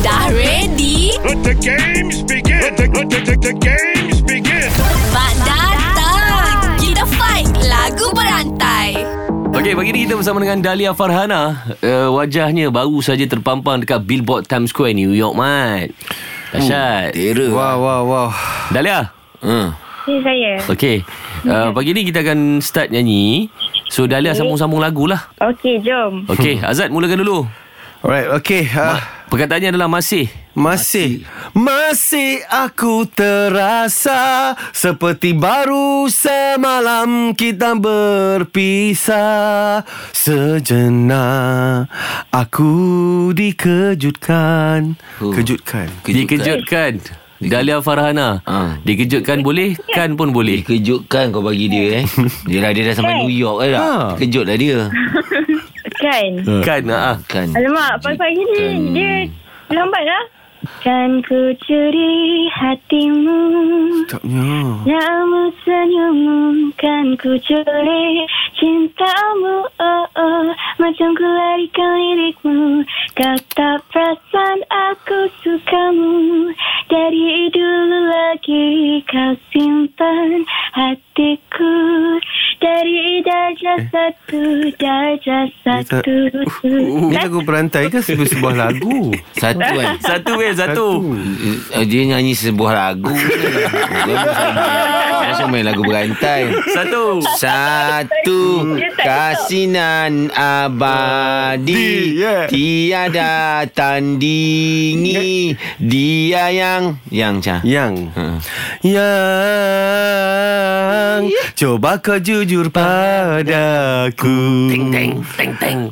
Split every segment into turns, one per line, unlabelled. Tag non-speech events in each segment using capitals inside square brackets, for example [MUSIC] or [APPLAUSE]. Dah ready?
Let the games begin. Let the, let the, the, the games begin.
Mak datang! Kita fight lagu berantai.
Okey, pagi ni kita bersama dengan Dahlia Farhana. Uh, wajahnya baru saja terpampang dekat Billboard Times Square New York, Mat. Dahsyat.
Tera
Wow, wow, wow.
Dahlia.
ha.
Ya saya.
Okey. Uh, pagi ni kita akan start nyanyi. So Dahlia sambung-sambung lagu lah.
Okey, jom.
Okey, Azad mulakan dulu.
Alright, okay. Uh,
Perkataannya adalah masih.
masih. Masih aku terasa seperti baru semalam kita berpisah. Sejenak aku dikejutkan. Kejutkan.
Dikejutkan. Dahlia Farhana.
Ah.
Dikejutkan boleh, kan pun boleh.
Kejutkan kau bagi dia eh Yelah dia dah sampai New York eh,
Ha.
tak? Kejut lah dia
Kan?
Kan, ah.
Kan
Alamak, pagi-pagi ni dia lambat lah. Kan ku curi hatimu
Taknya.
Namun senyummu Kan ku curi cintamu oh, oh. Macam ku larikan lirikmu Kau tak perasan aku sukamu Dari dulu lagi kau simpan hatiku Dari darjah satu, darjah
tak-
satu
Ini lagu berantai ke sebuah, sebuah lagu?
Satu kan
Satu weh, satu.
Eh, Dia nyanyi sebuah
[LAUGHS]
lagu Dia bukan main- Dia main lagu berantai
Satu.
Satu
Dia tak
kasinan
Di,
abadi
yeah.
Tiada tandingi Dia yang Yang Cah
Yang
Ha.
Yang Coba kau jujur padaku Ting ting
Teng teng.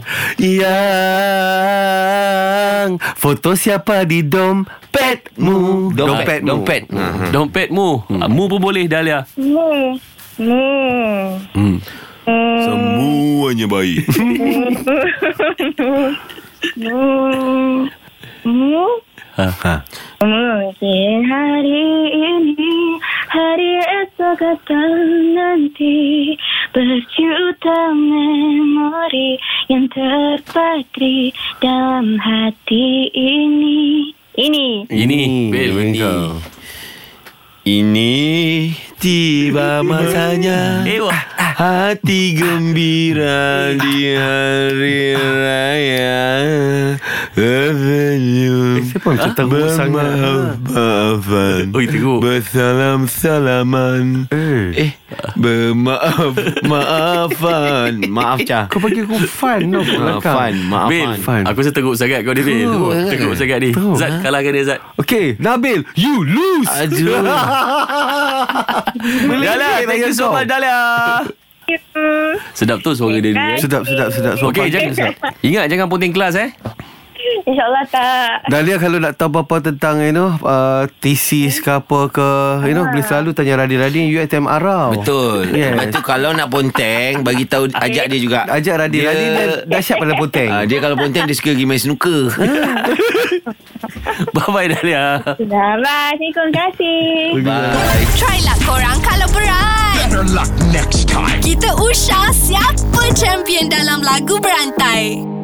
Yang Foto siapa di dompetmu
Ah,
Dompet,
Dompetmu.
dompet. Ha.
Dompetmu. Ah, Mu pun boleh Dahlia.
Mu Mu
Semuanya baik
Mu Mu
Ha.
Mungkin hari ini Hari esok atau nanti Berjuta memori Yang terpatri Dalam hati ini Ini
Ini. Bil, ini.
Ini
Tiba masanya
Eh, wah.
Hati gembira di hari raya Tersenyum Eh, Siapa macam teruk sangat Bermaafan
Oi, teruk.
Bersalam-salaman Eh
Bermaaf Maafan Maaf Cah
Kau bagi aku fun [LAUGHS] tau kau rakam.
Maafan
Bil,
Maafan
Fun.
aku rasa teruk sangat kau ni Bil.
Teruk sangat.
Teruk eh. sangat ni.
Teruk,
Zat, kalahkan dia Zat.
Okay Nabil You lose
Aduh.
Dahlia, thank you so much Dahlia. Sedap tu suara dia ni. Eh.
[LAUGHS] Sedap sedap sedap Suara
Okey,
panjang
jangan.
sedap.
Ingat jangan puting kelas eh. [LAUGHS]
InsyaAllah tak
Dahlia kalau nak tahu apa-apa tentang you know uh, thesis ke apa ke you know boleh selalu tanya Radin-Radin UiTM Arau.
Betul
Yes.
yes. Lepas tu kalau nak ponteng Bagi tahu Ajak dia juga
Ajak Radin-Radin dia... dahsyat pada poteng.
Ah, dia kalau ponteng Dia suka pergi main snooker
Bye bye Dahlia.
Sudah Bye Terima kasih
Bye
Try lah korang kalau berat.
Better luck next time.
Kita usah siapa champion dalam lagu berantai.